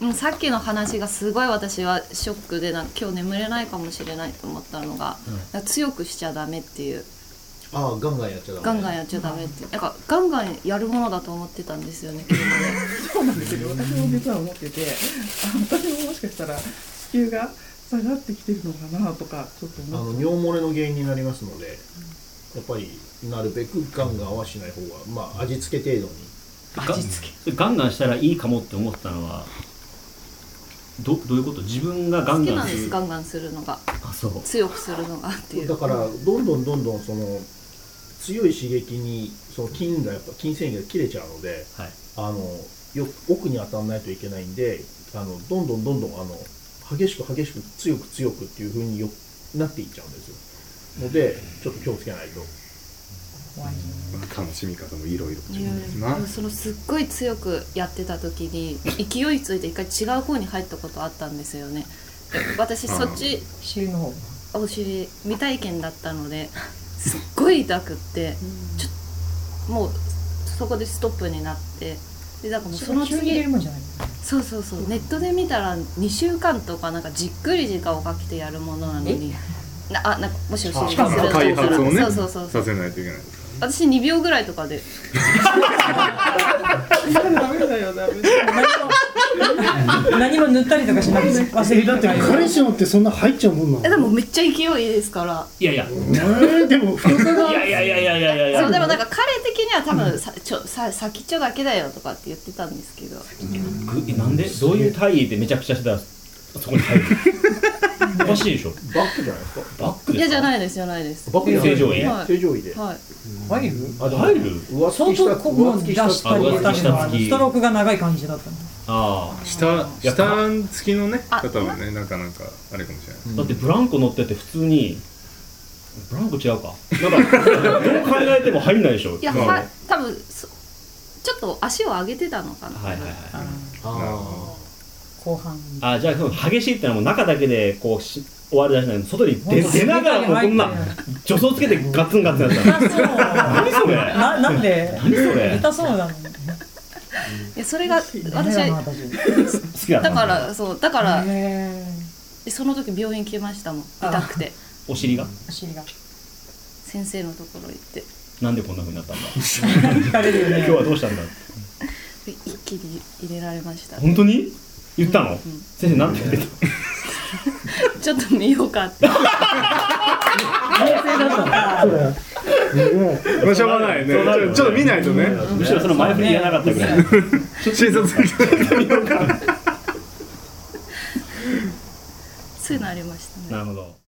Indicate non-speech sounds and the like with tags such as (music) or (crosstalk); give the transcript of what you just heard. もうさっきの話がすごい私はショックでなんか今日眠れないかもしれないと思ったのが、うんだから強くしちゃダメっていうああガンガンやっちゃダメガンガンやっちゃダメって、なんかガンガンやるものだと思ってたんですよね車でそうなんですよ私も実は思っててあ私ももしかしたら子宮が下がってきてるのかなとかちょっとあの思って尿漏れの原因になりますので、やっぱりなるべくガンガンはしない方がまあ味付け程度に味付けガンガンしたらいいかもって思ったのはどどういうこと自分がガ好ンきガなんンでするガンガンするのがあそう強くするのがっていうだからどんどんどんどんその強い刺激にその筋がやっぱ筋繊維が切れちゃうのではいあのよ奥に当たらないといけないんであのどんどんどんどんあの激しく激しく強く強くっていう風によなっていっちゃうんですよのでちょっと気をつけないと怖い楽しみ方もいろいろいやなでもそのすっごい強くやってた時に勢いついて一回違う方に入ったことあったんですよねで私そっち子宮の方がお尻未体験だったのですっごい痛くってもうそこでストップになってでだからもうその急に出次るもんじゃないですかそうそうそうネットで見たら2週間とかなんかじっくり時間をかけてやるものなのになあなんかもしお尻にするあんだった開ら発をねそうそうそうそさうせないといけないです私2秒ぐらいとかでダメだよダメだよ何も塗ったりとかしなくて (laughs) 忘れえるだって彼氏のってそんな入っちゃうもんなのえでもめっちゃ勢いいいですからいやいやえーでも太さがいやいやいやいやいやいやいやそうでもなんか彼的には多分さちょさ先っちょだけだよとかって言ってたんですけどぐなんでどういう体位でめちゃくちゃしたらそこに入るのおかしいでしょバックじゃないですかバックいでやすじゃかないですじゃないですバックじゃない正常位はい正常位で、はい入るあでも入る上相付きした当こ上う付出きししたたりあ上付きしたあのストロークが長い感じだったのあ下やっぱ下付きのねあ方はねなかなかあれかもしれなあいだってブランコ乗ってて普通にブランコ違うかなんかどう考えても入んないでしょいや、まあは多分そちょっと足を上げてたのかな、はいはいはいあのあ後半あじゃあその激しいってのはもう中だけでこうし終わりだしない外に出出ながらもうこんな助走つけてガツンガツンやったら痛そう (laughs) 何それななんで何それ痛そうなのいやそれが私ダメだなは私好きだっただのからそうだからへーその時病院来ましたもんあ痛くてお尻がお尻 (laughs) が先生のところ行ってなんでこんな風になったんだ疲れるよ今ね日はどうしたんだで一気に入れられました本当に言ったの、ん先生なんて言ってたちょっと見ようかってそうだよねえまあしょうがないねそうなるよねちょっと見ないとねむしろその前振りがなかったぐらい、診察できそういうのありましたねなるほど